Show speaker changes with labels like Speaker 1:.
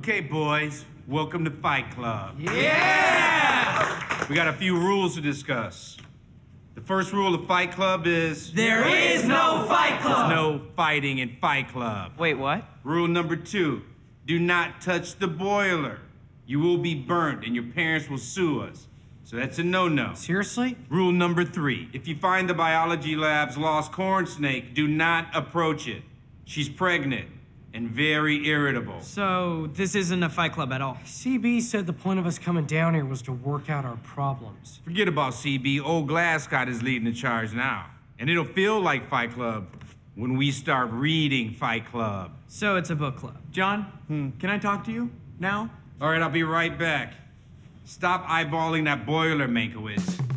Speaker 1: Okay, boys, welcome to Fight Club.
Speaker 2: Yeah!
Speaker 1: We got a few rules to discuss. The first rule of Fight Club is
Speaker 2: There is no Fight Club!
Speaker 1: no fighting in Fight Club.
Speaker 2: Wait, what?
Speaker 1: Rule number two do not touch the boiler. You will be burnt and your parents will sue us. So that's a no no.
Speaker 2: Seriously?
Speaker 1: Rule number three if you find the biology lab's lost corn snake, do not approach it. She's pregnant and very irritable.
Speaker 2: So, this isn't a Fight Club at all.
Speaker 3: CB said the point of us coming down here was to work out our problems.
Speaker 1: Forget about CB. Old Glascott is leading the charge now. And it'll feel like Fight Club when we start reading Fight Club.
Speaker 2: So, it's a book club.
Speaker 4: John, can I talk to you now?
Speaker 1: All right, I'll be right back. Stop eyeballing that boiler, Mankiewicz.